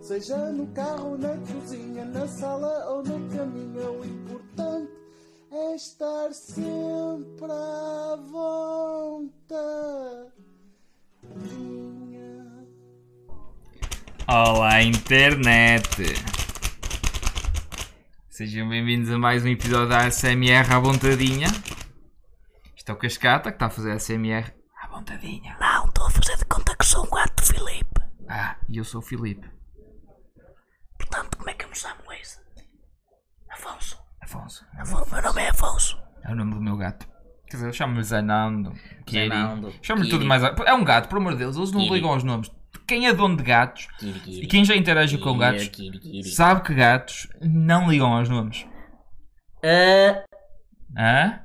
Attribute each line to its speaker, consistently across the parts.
Speaker 1: Seja no carro, na cozinha, na sala ou no caminho, é o importante é estar sempre à vontade.
Speaker 2: Olá, internet! Sejam bem-vindos a mais um episódio da ASMR à vontadinha. Isto é o Cascata que está a fazer ASMR à vontadinha.
Speaker 3: Não, estou a fazer de conta que sou um gato, Filipe.
Speaker 2: Ah, e eu sou o Filipe.
Speaker 3: Portanto, como é que eu me chamo esse? Afonso.
Speaker 2: Afonso.
Speaker 3: Afo- meu nome é Afonso.
Speaker 2: É o nome do meu gato. Quer dizer, eu chamo-lhe Zainando. Kiri.
Speaker 4: Zainando,
Speaker 2: Chamo-lhe tudo
Speaker 4: Kiri.
Speaker 2: mais. a- É um gato, por amor de Deus. Eles não
Speaker 4: Kiri.
Speaker 2: ligam aos nomes. Quem é dono de gatos
Speaker 4: Kiri, kiri.
Speaker 2: e quem já interage com
Speaker 4: Kiri,
Speaker 2: gatos
Speaker 4: kiri, kiri.
Speaker 2: sabe é que gatos não ligam aos nomes.
Speaker 4: Ah,
Speaker 2: Hã?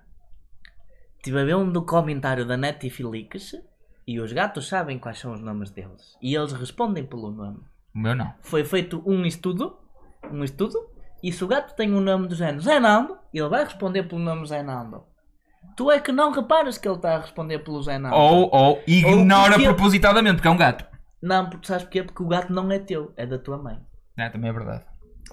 Speaker 4: tive a ver um documentário da Net e Filix e os gatos sabem quais são os nomes deles. E eles respondem pelo nome.
Speaker 2: O meu não.
Speaker 4: Foi feito um estudo, um estudo, e se o gato tem um nome do género Zé Nando, ele vai responder pelo nome Zé Nando. Tu é que não reparas que ele está a responder pelo Zé Nando.
Speaker 2: Ou, ou ignora
Speaker 4: porque-
Speaker 2: propositadamente, porque é um gato.
Speaker 4: Não, porque sabes porquê? Porque o gato não é teu, é da tua mãe.
Speaker 2: É, também é verdade.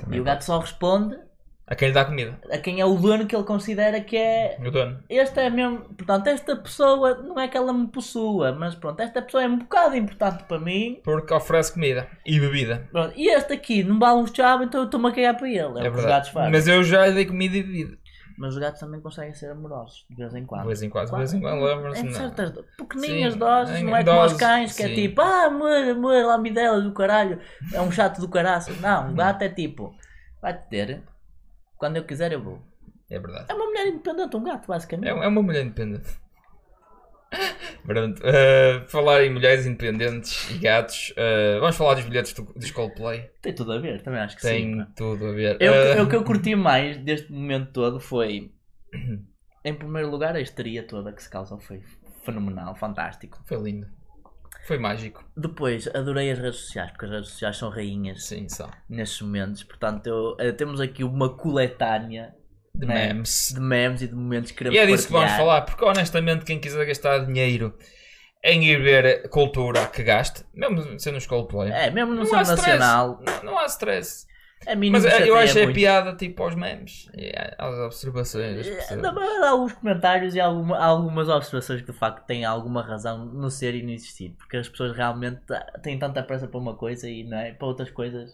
Speaker 2: Também
Speaker 4: E
Speaker 2: é
Speaker 4: o gato só responde
Speaker 2: verdade. A quem lhe dá comida.
Speaker 4: a quem é o dono que ele considera que é
Speaker 2: O dono.
Speaker 4: Esta é mesmo. Portanto, esta pessoa não é que ela me possua, mas pronto, esta pessoa é um bocado importante para mim.
Speaker 2: Porque oferece comida e bebida.
Speaker 4: Pronto, e este aqui não vale um chave, então eu estou-me a cagar para ele. É, o que os gatos fazem. Mas...
Speaker 2: Mas eu já lhe dei comida e bebida.
Speaker 4: os gatos também conseguem ser amorosos, de vez em
Speaker 2: De
Speaker 4: quando. é
Speaker 2: vez em quando, de vez em quando lembra-se.
Speaker 4: Em
Speaker 2: não. é?
Speaker 4: certas do- pequeninas
Speaker 2: Sim,
Speaker 4: doses,
Speaker 2: em
Speaker 4: não é como aos
Speaker 2: doses,
Speaker 4: cães, que é
Speaker 2: sim.
Speaker 4: tipo, ah, amor, amor, lamidelas do caralho, é um chato do caraço.
Speaker 2: Hum.
Speaker 4: Não, um gato é tipo, vai-te ter, quando eu quiser eu vou.
Speaker 2: É verdade.
Speaker 4: É uma mulher independente, um gato, basicamente.
Speaker 2: É, é uma mulher independente. Pronto, eh, falar em mulheres independentes e gatos, eh, vamos falar dos bilhetes do, dos Coldplay.
Speaker 4: Tem tudo a ver, também acho que sim.
Speaker 2: Tem
Speaker 4: pá.
Speaker 2: tudo a ver.
Speaker 4: Eu,
Speaker 2: Eh,
Speaker 4: eu- O que eu curti mais deste momento todo foi, em primeiro lugar, a histeria toda que se causou foi fenomenal, fantástico.
Speaker 2: Foi lindo. Foi mágico.
Speaker 4: Depois, adorei as redes sociais, porque as redes sociais são rainhas
Speaker 2: Sim, só.
Speaker 4: nestes momentos. Portanto, eu- eh, temos aqui uma coletânea
Speaker 2: De
Speaker 4: Não é?
Speaker 2: memes.
Speaker 4: de memes e de momentos que queremos
Speaker 2: E é disso que vamos
Speaker 4: partilhar.
Speaker 2: falar, porque honestamente, quem quiser gastar dinheiro em ir ver cultura, que gaste, mesmo sendo os Coldplay.
Speaker 4: É, mesmo no
Speaker 2: Não
Speaker 4: seu
Speaker 2: há stress.
Speaker 4: nacional,
Speaker 2: Não, não há stress.
Speaker 4: a mim
Speaker 2: Mas
Speaker 4: não me
Speaker 2: eh, eu
Speaker 4: chateia
Speaker 2: acho é
Speaker 4: muito. Eh,
Speaker 2: piada tipo aos memes, e às observações das pessoas.
Speaker 4: Não, mas há alguns comentários e alguma- algumas observações que de facto têm alguma razão no ser e no existir, porque as pessoas realmente têm tanta pressa para uma coisa e não é? para outras coisas.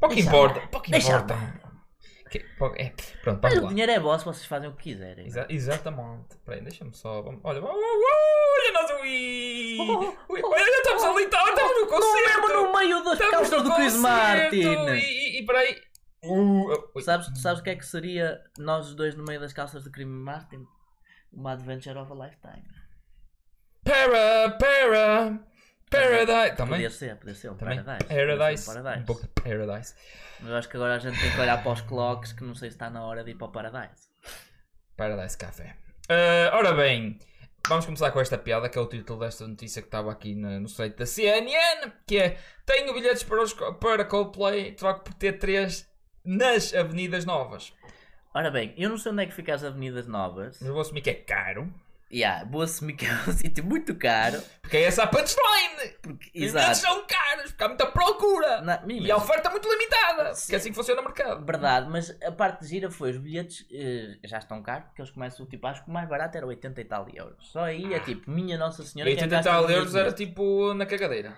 Speaker 2: Pouco
Speaker 4: Deixa
Speaker 2: importa,
Speaker 4: lá.
Speaker 2: pouco
Speaker 4: Deixa
Speaker 2: importa. Que- pou- é, pronto,
Speaker 4: Mas
Speaker 2: vamos
Speaker 4: o
Speaker 2: lá.
Speaker 4: dinheiro é vosso, vocês fazem o que quiserem. é?
Speaker 2: Exa- exatamente. Peraí, deixa-me só. vamos- Olha, vamos- olha nós. Ui,
Speaker 4: Oh,
Speaker 2: Ui, olha, já estamos ali, tá- estamos no
Speaker 4: Mesmo
Speaker 2: concerto.
Speaker 4: no meio das
Speaker 2: Estamos
Speaker 4: calças
Speaker 2: no
Speaker 4: do Chris
Speaker 2: concerto,
Speaker 4: Martin!
Speaker 2: E, e, e peraí. Uh, uh, ui.
Speaker 4: Sabes, sabes o que é que seria nós os dois no meio das calças do Chris Martin? Uma adventure of a lifetime.
Speaker 2: Para, para. Paradise.
Speaker 4: Podia
Speaker 2: Também.
Speaker 4: ser, podia ser um
Speaker 2: Também.
Speaker 4: paradise. Podia
Speaker 2: Paradise.
Speaker 4: ser um
Speaker 2: Um
Speaker 4: paradise.
Speaker 2: pouco de Paradise.
Speaker 4: Mas eu acho que agora a gente tem que olhar para os clocks que não sei se está na hora de ir para o paradise.
Speaker 2: Paradise Café. Ah, ora bem, vamos começar com esta piada que é o título desta notícia que estava aqui na- no site da CNN, que é Tenho bilhetes para, os, co- para Coldplay, troco por T3 nas Avenidas Novas.
Speaker 4: Ora bem, eu não sei onde é que fica as Avenidas Novas.
Speaker 2: Mas vou assumir que é caro,
Speaker 4: Yeah, vou assumir que é um sítio muito caro.
Speaker 2: porque é essa a punchline!
Speaker 4: Porque,
Speaker 2: Os bilhetes
Speaker 4: exato.
Speaker 2: são caros, porque há muita procura!
Speaker 4: Na,
Speaker 2: E a oferta é muito limitada,
Speaker 4: Sim.
Speaker 2: que é assim que funciona o mercado.
Speaker 4: verdade, mas a parte gira foi os bilhetes eh, já estão caros, porque eles começam tipo, acho que o mais barato era 80 e tal euros. Só aí é tipo, minha Nossa Senhora.
Speaker 2: E
Speaker 4: quem
Speaker 2: 80
Speaker 4: gasta
Speaker 2: tal
Speaker 4: dinheiro
Speaker 2: euros era
Speaker 4: nisso?
Speaker 2: tipo na cagadeira.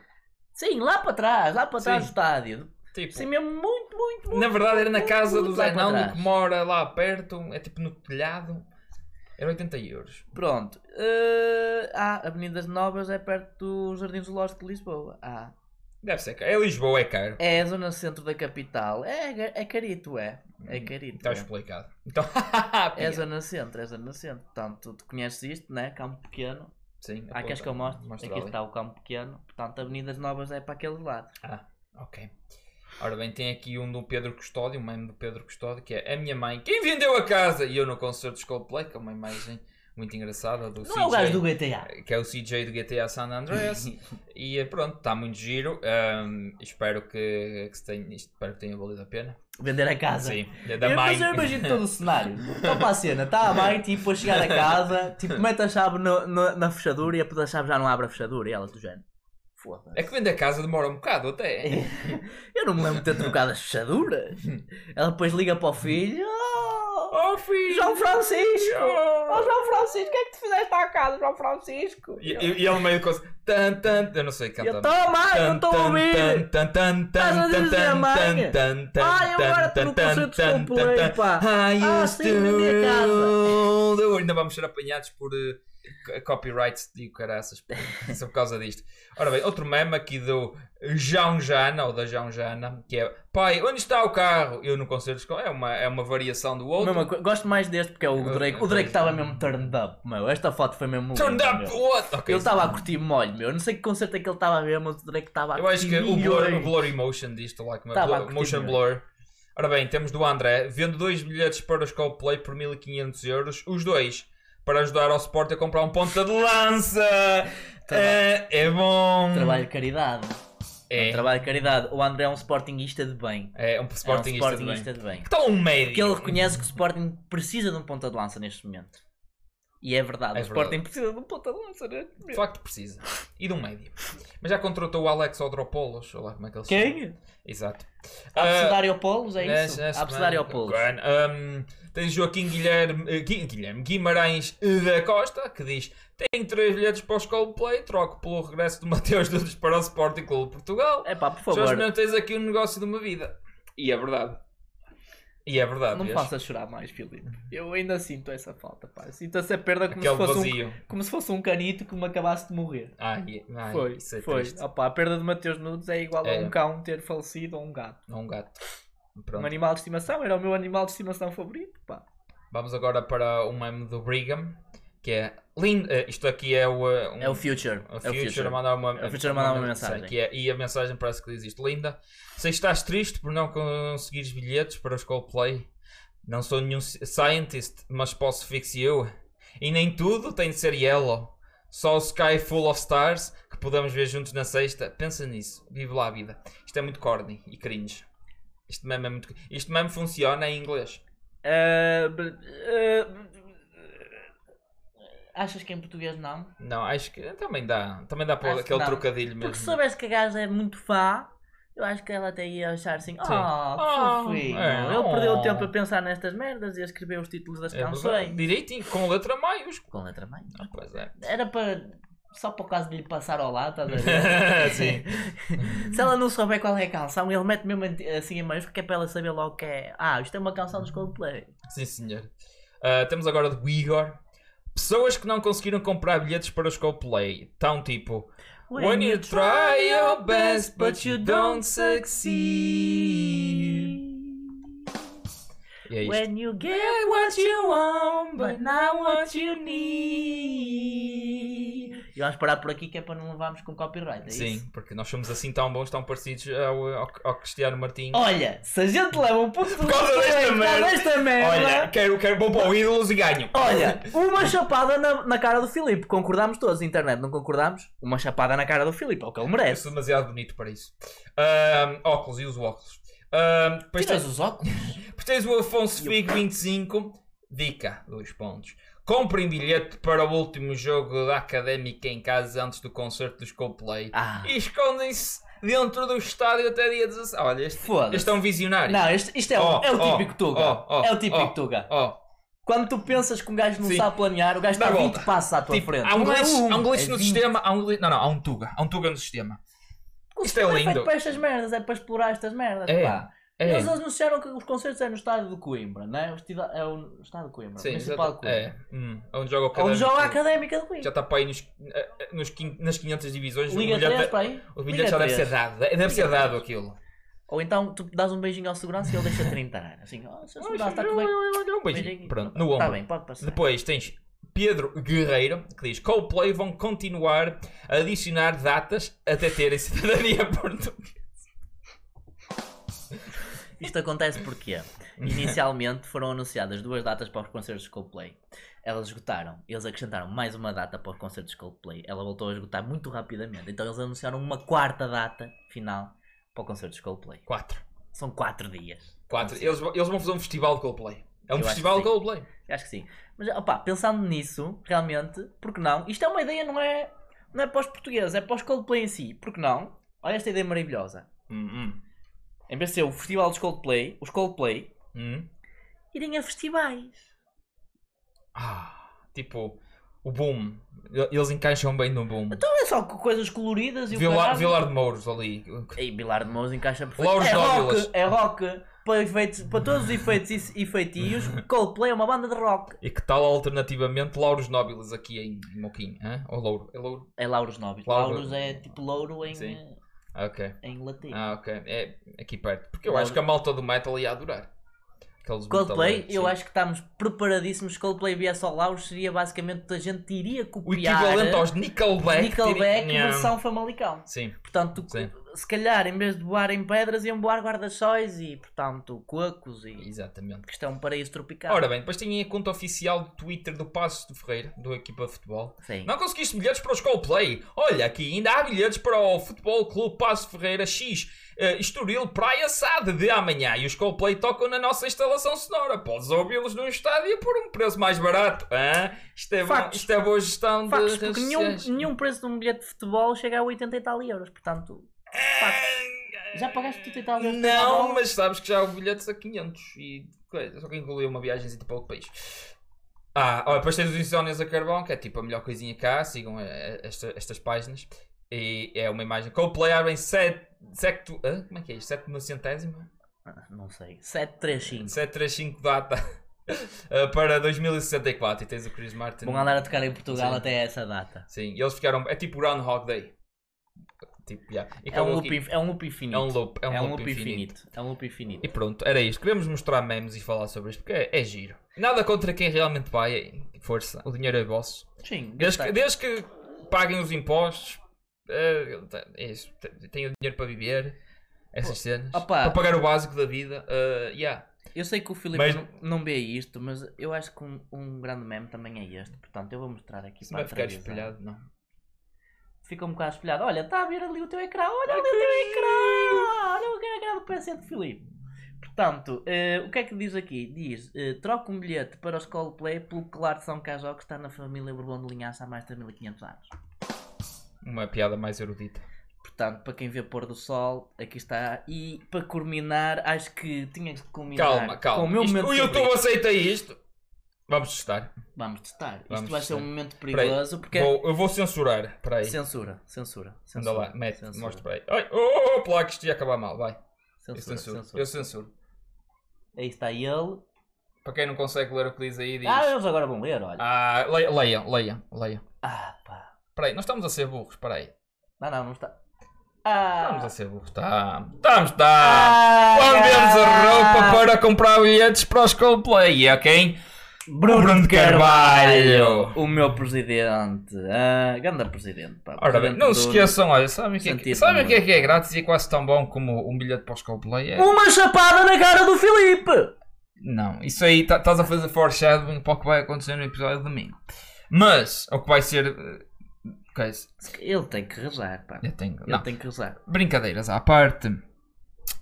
Speaker 4: Sim, lá para trás, lá para trás
Speaker 2: Sim.
Speaker 4: do estádio.
Speaker 2: Tipo,
Speaker 4: Sim, mesmo muito, muito, muito.
Speaker 2: Na verdade era na casa do
Speaker 4: muito lá
Speaker 2: Zé
Speaker 4: para
Speaker 2: Naldo
Speaker 4: trás.
Speaker 2: que mora lá perto, é tipo no telhado. Era 80 euros.
Speaker 4: Pronto. eh, ah, Avenidas Novas é perto do Jardim Zoológico de Lisboa. Ah.
Speaker 2: Deve ser caro. É Lisboa, é caro.
Speaker 4: É a zona centro da capital. É, é carito, é.
Speaker 2: Hum,
Speaker 4: É carito.
Speaker 2: Está
Speaker 4: é.
Speaker 2: explicado. Então,
Speaker 4: É zona centro, é zona centro. Portanto, tu conheces isto, né? Campo Pequeno.
Speaker 2: Sim,
Speaker 4: Ah, queres
Speaker 2: aponta.
Speaker 4: que eu mostre?
Speaker 2: Mostra
Speaker 4: Aqui
Speaker 2: ali.
Speaker 4: está o Campo Pequeno. Portanto, Avenidas Novas é para aquele lado.
Speaker 2: Ok. Ora bem, tem aqui um do Pedro Custódio, um meme do Pedro Custódio, que é a minha mãe. Quem vendeu a casa? E eu no concerto de Coldplay, que é uma imagem muito engraçada do
Speaker 4: Não é o
Speaker 2: CJ.
Speaker 4: gajo do GTA.
Speaker 2: que é o CJ do GTA San
Speaker 4: É
Speaker 2: Andreas e eh, pronto, está muito giro Ahm, espero que, que se tenha, espero que tenha valido a pena
Speaker 4: Vender a casa.
Speaker 2: sim, da- da
Speaker 4: Eu,
Speaker 2: mãe
Speaker 4: mas eu imagino todo o cenário. Então para a cena, está a mãe tipo a chegar a casa, tipo, mete a chave no- no- na fechadura e a puta chave já não abre a fechadura e ela do género. Foda-se.
Speaker 2: É que vender casa demora um bocado até.
Speaker 4: Eu não me lembro de ter trocado as fechaduras. Ela depois liga para o filho. "Oh,
Speaker 2: Oh filho!
Speaker 4: João Francisco! Oh
Speaker 2: Oh.
Speaker 4: João Francisco, o que é que tu fizeste à casa, João Francisco?
Speaker 2: E, e, e ele meio de coisa. Tan, tan, eu não sei
Speaker 4: Eu
Speaker 2: cantar.
Speaker 4: estou a amar, eu
Speaker 2: Tan,
Speaker 4: estou a
Speaker 2: tan,
Speaker 4: ouvir!
Speaker 2: tan, tan, tan,
Speaker 4: Estás a
Speaker 2: tan,
Speaker 4: dizer
Speaker 2: tan,
Speaker 4: a mãe?
Speaker 2: tan, tan,
Speaker 4: Ai,
Speaker 2: tan,
Speaker 4: agora tu não
Speaker 2: tan,
Speaker 4: consigo
Speaker 2: tan, tan,
Speaker 4: descompolir,
Speaker 2: tan.
Speaker 4: pá.
Speaker 2: I
Speaker 4: Ah,
Speaker 2: used
Speaker 4: sim, na minha casa.
Speaker 2: to rule. Ainda vamos ser apanhados por eh, co- copyrights e o caraças por- só por causa disto. Ora bem, outro meme aqui do João Jana, ou da João Jana, que é Pai, onde está o carro? Eu não consigo descom- é uma É uma variação do outro.
Speaker 4: Mesma coisa, Gosto mais deste porque é
Speaker 2: Hum,
Speaker 4: o Drake. O Drake estava mesmo turned up, meu. Esta foto foi mesmo.
Speaker 2: Turned
Speaker 4: linda,
Speaker 2: up
Speaker 4: meu.
Speaker 2: what? Ok,
Speaker 4: Ele estava a curtir molho, meu. Não sei que concerto é que ele estava a ver, mas o Drake estava a
Speaker 2: Eu acho que o blur,
Speaker 4: milhões. Tá,
Speaker 2: o blur emotion disto, lá como é,
Speaker 4: Tava a
Speaker 2: blur-
Speaker 4: curtir
Speaker 2: motion
Speaker 4: muito.
Speaker 2: blur. Ora bem, temos do André, vendo dois bilhetes para os Coldplay por 1500 euros, os dois, para ajudar ao Sport a comprar um ponta de lança. é, é bom.
Speaker 4: Tá Trabalho de caridade. É.
Speaker 2: É,
Speaker 4: um trabalho de caridade. O André é um sportinguista de bem.
Speaker 2: é um
Speaker 4: Sportingista
Speaker 2: Sportingista
Speaker 4: é um
Speaker 2: de bem.
Speaker 4: sportinguista de bem.
Speaker 2: Que tal um médio?
Speaker 4: Porque ele reconhece que o Sporting precisa de um ponta de lança neste momento. E é verdade,
Speaker 2: É
Speaker 4: o Sporting
Speaker 2: verdade.
Speaker 4: precisa de um ponta de lança neste
Speaker 2: De
Speaker 4: momento.
Speaker 2: facto precisa. E de um médio. Mas já contratou o Alex Odropoulos, sei lá como é que ele se chama.
Speaker 4: Quem?
Speaker 2: Exato. Ah,
Speaker 4: Abecedário Polos, é isso?
Speaker 2: Nessa
Speaker 4: Abecedário
Speaker 2: semana.
Speaker 4: Polos.
Speaker 2: Bacana. Um, tens Joaquim Guilherme, eh, Gui- Guilherme Guimarães da Costa que diz: Tenho três bilhetes para o Coldplay, troco pelo regresso do Mateus Nunes para o Sporting Clube de Portugal.
Speaker 4: É pá, por
Speaker 2: Já
Speaker 4: favor,
Speaker 2: não tens aqui um negócio de uma vida. E é verdade. E é verdade.
Speaker 4: não me
Speaker 2: vês?
Speaker 4: faças chorar mais, Filipe. Eu ainda sinto essa falta, pá. Sinto essa perda como
Speaker 2: Aquele
Speaker 4: se, fosse um,
Speaker 2: é vazio.
Speaker 4: como se fosse um canito que me acabasse de morrer.
Speaker 2: Ai, ai,
Speaker 4: foi,
Speaker 2: isso é
Speaker 4: foi.
Speaker 2: triste.
Speaker 4: Opa, a perda de Mateus Nunes é igual
Speaker 2: É.
Speaker 4: a um cão ter falecido ou um gato.
Speaker 2: Não um gato.
Speaker 4: Um
Speaker 2: Pronto.
Speaker 4: animal de estimação, era o meu animal de estimação favorito, pá.
Speaker 2: Vamos agora para o meme do Brigham que é lindo. eh, isto aqui é o. eh, um-
Speaker 4: É o Future.
Speaker 2: A
Speaker 4: é o
Speaker 2: Future a mandar uma,
Speaker 4: A Future a mandar uma mensagem.
Speaker 2: que é- e a mensagem parece que diz isto: Linda, se estás triste por não conseguires bilhetes para os Coldplay, não sou nenhum ci- scientist, mas posso fix you. E nem tudo tem de ser yellow. Só o sky full of stars que podemos ver juntos na sexta. Pensa nisso, vive lá a vida. Isto é muito corny e cringe. Isto meme é muito. Isto meme funciona em inglês.
Speaker 4: Ah, br- ah, achas que em português não?
Speaker 2: Não, acho que também dá. Também dá para
Speaker 4: Acho que
Speaker 2: aquele
Speaker 4: dá.
Speaker 2: trocadilho mesmo.
Speaker 4: Porque se soubesse que a gaja é muito fã, eu acho que ela até ia achar assim: Oh, que
Speaker 2: Ah,
Speaker 4: fofinho.
Speaker 2: é,
Speaker 4: Ele perdeu
Speaker 2: oh."
Speaker 4: tempo a pensar nestas merdas e a escrever os títulos das
Speaker 2: É verdade.
Speaker 4: canções.
Speaker 2: Direitinho, com letra maiúscula.
Speaker 4: Com letra mãe.
Speaker 2: Ah, pois é.
Speaker 4: Era para. Só por causa de lhe passar ao lado, estás a ver?
Speaker 2: Sim.
Speaker 4: Se ela não souber qual é a canção, ele mete mesmo em- assim em mãos porque é para ela saber logo que é. Ah, isto é uma canção dos Coldplay.
Speaker 2: Sim, senhor. Ah, temos agora do Igor. Pessoas que não conseguiram comprar bilhetes para os Coldplay. Tão tipo... When you try your best, but you don't succeed. E é isto.
Speaker 4: When you get what you want, but not what you need. E vamos parar por aqui que é para não levarmos com copyright, é isso?
Speaker 2: Sim, porque nós somos assim tão bons, tão parecidos ao, ao, ao Cristiano Martins.
Speaker 4: Olha, se a gente leva um ponto
Speaker 2: Por causa desta merda.
Speaker 4: desta
Speaker 2: Olha,
Speaker 4: merda.
Speaker 2: quero, quero, vou para o Ídolos e ganho.
Speaker 4: Olha, uma chapada na, na cara do Filipe. Concordámos todos, internet, não concordámos? Uma chapada na cara do Filipe, é o que ele
Speaker 2: Eu
Speaker 4: merece.
Speaker 2: sou demasiado bonito para isso. Ah, óculos, e uso óculos. Ah, depois
Speaker 4: Tiras
Speaker 2: tens-
Speaker 4: os óculos?
Speaker 2: Depois tens o Afonso Figo 25. Dica, dois pontos. Comprem bilhete para o último jogo da Académica em casa antes do concerto dos Coldplay.
Speaker 4: Ah,
Speaker 2: E escondem-se dentro do estádio até dia 16. Olha, este, este
Speaker 4: foda-se.
Speaker 2: é um visionário.
Speaker 4: Não, este, isto é, o-
Speaker 2: Oh,
Speaker 4: é o
Speaker 2: oh,
Speaker 4: típico Tuga.
Speaker 2: oh, oh,
Speaker 4: é o típico
Speaker 2: oh,
Speaker 4: Tuga.
Speaker 2: Oh,
Speaker 4: Quando tu pensas que um gajo não
Speaker 2: Sim.
Speaker 4: sabe planear, o gajo
Speaker 2: Dá
Speaker 4: está
Speaker 2: a
Speaker 4: 20
Speaker 2: volta.
Speaker 4: passos à tua
Speaker 2: tipo,
Speaker 4: frente.
Speaker 2: há um
Speaker 4: Não é
Speaker 2: glitch, há um glitch
Speaker 4: é
Speaker 2: no
Speaker 4: 20.
Speaker 2: sistema. Há um glitch, não, não, há um Tuga. Há um Tuga no sistema.
Speaker 4: O
Speaker 2: Isto é
Speaker 4: sistema
Speaker 2: lindo.
Speaker 4: feito para estas merdas, é para explorar estas merdas.
Speaker 2: É,
Speaker 4: pá.
Speaker 2: É,
Speaker 4: Eles anunciaram que os concertos é no estádio do Coimbra, não é? O estida- é o estádio de Coimbra,
Speaker 2: sim,
Speaker 4: o
Speaker 2: exato.
Speaker 4: municipal de Coimbra.
Speaker 2: é. Hum, é onde joga o
Speaker 4: É onde joga a
Speaker 2: Académico.
Speaker 4: académica de
Speaker 2: Já
Speaker 4: Coimbra.
Speaker 2: está para aí nos, eh, eh, nos quin- nas 500 divisões. o
Speaker 4: Liga
Speaker 2: bilhete,
Speaker 4: 3 para aí.
Speaker 2: o bilhete
Speaker 4: Liga
Speaker 2: já deve ser
Speaker 4: três.
Speaker 2: dado. Deve ser dado aquilo.
Speaker 4: Ou então tu dás um beijinho ao segurança e ele deixa 30 anos. Assim, ó, seu segurança está tudo bem.
Speaker 2: Um beijinho.
Speaker 4: Beijinho.
Speaker 2: Pronto, no
Speaker 4: Está
Speaker 2: ombro.
Speaker 4: bem, pode passar.
Speaker 2: Depois tens Pedro Guerreiro, que diz Coldplay vão continuar a adicionar datas até terem cidadania portuguesa.
Speaker 4: Isto acontece porque inicialmente foram anunciadas duas datas para os concertos de Coldplay. Elas esgotaram. Eles acrescentaram mais uma data para os concertos de Coldplay. Ela voltou a esgotar muito rapidamente. Então eles anunciaram uma quarta data final para o concerto de Coldplay.
Speaker 2: Quatro.
Speaker 4: São quatro dias.
Speaker 2: Quatro. Eles, vão- eles vão fazer um festival de Coldplay. É um
Speaker 4: Eu acho
Speaker 2: festival de
Speaker 4: que
Speaker 2: Coldplay.
Speaker 4: Eu Acho que sim. Mas opá, pensando nisso, realmente, porque não? Isto é uma ideia, não é Não é para os portugueses, é para os Coldplay em si. Porque não? Olha esta ideia maravilhosa.
Speaker 2: Hum, hum.
Speaker 4: Em vez de ser o festival dos Coldplay, os Coldplay
Speaker 2: Hum.
Speaker 4: irem a festivais.
Speaker 2: Ah, tipo, o boom. Eles encaixam bem no boom.
Speaker 4: Então é só co- coisas coloridas e o
Speaker 2: Vilar,
Speaker 4: caralho.
Speaker 2: Vilar de Mouros ali.
Speaker 4: Ei, Vilar de Mouros encaixa
Speaker 2: Lauros
Speaker 4: perfeitamente. É
Speaker 2: Nóbilas.
Speaker 4: rock, é rock. Para, efeitos, para todos os efeitos e, e feitios, Coldplay é uma banda de rock.
Speaker 2: E que tal alternativamente Lauros Nobiles aqui em Moquim? hã? Ou Louro? É Louro?
Speaker 4: É Lauros Nobis.
Speaker 2: Lauro.
Speaker 4: Lauros é tipo louro em,
Speaker 2: Sim. Ah, ok.
Speaker 4: em latim.
Speaker 2: Ah, ok. É aqui perto. Porque eu
Speaker 4: Louro.
Speaker 2: acho que a malta do metal ia adorar. Aqueles
Speaker 4: Coldplay,
Speaker 2: metaleiros,
Speaker 4: eu
Speaker 2: sim.
Speaker 4: acho que estamos preparadíssimos. Se Coldplay viesse ao Lauros, seria basicamente a gente iria
Speaker 2: O
Speaker 4: copiar eh,
Speaker 2: equivalente aos Nickelback.
Speaker 4: Nickelback
Speaker 2: terem-
Speaker 4: versão Famalicão.
Speaker 2: Sim.
Speaker 4: Portanto,
Speaker 2: Sim.
Speaker 4: se calhar em vez de boarem pedras, iam boar guarda-sóis e, portanto, cocos e
Speaker 2: Exatamente.
Speaker 4: que estão um paraíso tropical.
Speaker 2: Ora bem, depois tem a conta oficial do Twitter do Passos do Ferreira, do equipa de futebol.
Speaker 4: Sim.
Speaker 2: Não conseguiste bilhetes para os Coldplay? Olha, aqui ainda há bilhetes para o Futebol Clube Passo Ferreira X, eh, Estoril Praia Sade de amanhã. E os Coldplay tocam na nossa instalação sonora. Podes ouvi-los num estádio por um preço mais barato. hã? Isto, é bom-
Speaker 4: Factos.
Speaker 2: isto é boa gestão
Speaker 4: Factos,
Speaker 2: de redes
Speaker 4: porque nenhum,
Speaker 2: sociais.
Speaker 4: nenhum preço de um bilhete de futebol chega a 80 e tal euros. Portanto, factos. Já pagaste 80 e tal euros? por uma
Speaker 2: Não,
Speaker 4: bola?
Speaker 2: mas sabes que já houve bilhetes a 500 e coisa, só que incluiu uma viagem para outro país. Ah, olha, depois tens os Insónias a Carvão, que é tipo a melhor coisinha cá, sigam eh, esta- estas páginas. E é uma imagem. Coldplay abre set, secto, ah, como é que é isto? Sétima centésima?
Speaker 4: Ah, Não sei. 735.
Speaker 2: 735 data ah, para 2064 e tens o Chris Martin.
Speaker 4: Vão andar a tocar em Portugal
Speaker 2: Sim.
Speaker 4: até essa data.
Speaker 2: Sim, e eles ficaram. É tipo Groundhog Day. Tipo, yeah. E
Speaker 4: É um,
Speaker 2: como
Speaker 4: loop,
Speaker 2: aqui-
Speaker 4: inf- é um loop infinito.
Speaker 2: é um loop, é um loop infinito.
Speaker 4: infinito. É um loop infinito.
Speaker 2: E pronto, era isto. Queremos mostrar memes e falar sobre isto, porque é, é giro. Nada contra quem realmente vai, força, o dinheiro é vosso.
Speaker 4: Sim,
Speaker 2: Desde que,
Speaker 4: gostei.
Speaker 2: desde que paguem os impostos, eh, é isso. Te- Tenham dinheiro para viver, essas cenas.
Speaker 4: opa.
Speaker 2: Para pagar o básico da vida, eh, yeah.
Speaker 4: Eu sei que o Filipe
Speaker 2: Mas-
Speaker 4: não, não vê isto, mas eu acho que um, um grande meme também é este. Portanto, eu vou mostrar aqui
Speaker 2: Isso não
Speaker 4: para
Speaker 2: vai
Speaker 4: a
Speaker 2: ficar
Speaker 4: televisão.
Speaker 2: espelhado, não.
Speaker 4: Fica um bocado espelhado. Olha, está a ver ali o teu ecrã. Olha ali o teu ecrã. Olha o que ecrã do PC do Filipe. Portanto, eh, o que é que diz aqui? Diz, eh, troca um bilhete para os Coldplay pelo claro de São Cajó que está na família Bourbon de Linhaça há mais de 1500 anos.
Speaker 2: Uma piada mais erudita.
Speaker 4: Portanto, para quem vê pôr do sol, aqui está. E para culminar, acho que tinha que culminar
Speaker 2: Calma, calma.
Speaker 4: é. com o meu
Speaker 2: Isto-
Speaker 4: momento
Speaker 2: o
Speaker 4: favorito.
Speaker 2: YouTube aceita isto. Vamos testar.
Speaker 4: Vamos testar. Isto
Speaker 2: Vamos
Speaker 4: vai ser
Speaker 2: testar.
Speaker 4: um momento
Speaker 2: aí.
Speaker 4: perigoso porque é-
Speaker 2: Vou- eu vou censurar. Espera aí.
Speaker 4: Censura, censura,
Speaker 2: Anda
Speaker 4: censura.
Speaker 2: lá, mete,
Speaker 4: censura,
Speaker 2: mostra para aí. Ai, oh, oh, oh, lá que isto ia acabar mal, vai. Eu
Speaker 4: Censura,
Speaker 2: censuro.
Speaker 4: censura.
Speaker 2: Eu censuro.
Speaker 4: Aí está ele.
Speaker 2: Para quem não consegue ler o que diz aí, diz.
Speaker 4: Ah, eles agora vão ler, olha. Ah,
Speaker 2: Ah, leia, leia, leia, leia.
Speaker 4: pá.
Speaker 2: Espera aí, nós estamos a ser burros, espera aí.
Speaker 4: Não, não, não está. Ah,
Speaker 2: Estamos a ser burros, estamos, estamos, estamos.
Speaker 4: ah,
Speaker 2: Vendemos a roupa
Speaker 4: ah.
Speaker 2: para comprar bilhetes para os Coldplay, ok?
Speaker 4: Bruno,
Speaker 2: Bruno de Carvalho.
Speaker 4: O meu presidente. Ah, ganda presidente, pá.
Speaker 2: Ora bem,
Speaker 4: Presidente
Speaker 2: não se
Speaker 4: Bruno.
Speaker 2: esqueçam, olha, sabem o que é que,
Speaker 4: Sentido,
Speaker 2: sabem o que, é,
Speaker 4: mano.
Speaker 2: que é grátis e é quase tão bom como um bilhete para os Coldplay? É?
Speaker 4: Uma chapada na cara do Filipe!
Speaker 2: Não, isso aí tá- estás a fazer foreshadowing para o que vai acontecer no episódio de domingo. Mas, o que vai ser... eh, coisa,
Speaker 4: Ele tem que rezar, pá.
Speaker 2: eu tenho...
Speaker 4: Ele
Speaker 2: Não,
Speaker 4: tem que rezar.
Speaker 2: Brincadeiras à parte.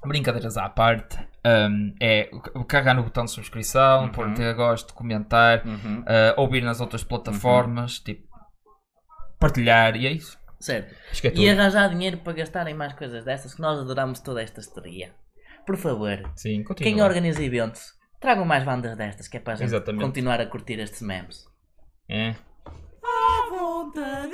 Speaker 2: Brincadeiras à parte. hum, é o- carregar no botão de subscrição,
Speaker 4: Uhum.
Speaker 2: pôr o teu gosto, comentar,
Speaker 4: Uhum.
Speaker 2: uh, ouvir nas outras plataformas, tipo, partilhar e é isso.
Speaker 4: Certo.
Speaker 2: Acho que é tudo.
Speaker 4: E arranjar dinheiro para gastar em mais coisas dessas que nós adoramos toda esta histeria. Por favor,
Speaker 2: Sim, é? continua.
Speaker 4: quem organiza eventos, tragam mais bandas destas que é para a gente
Speaker 2: Exatamente.
Speaker 4: continuar a curtir estes memes.
Speaker 2: É.
Speaker 4: vontade!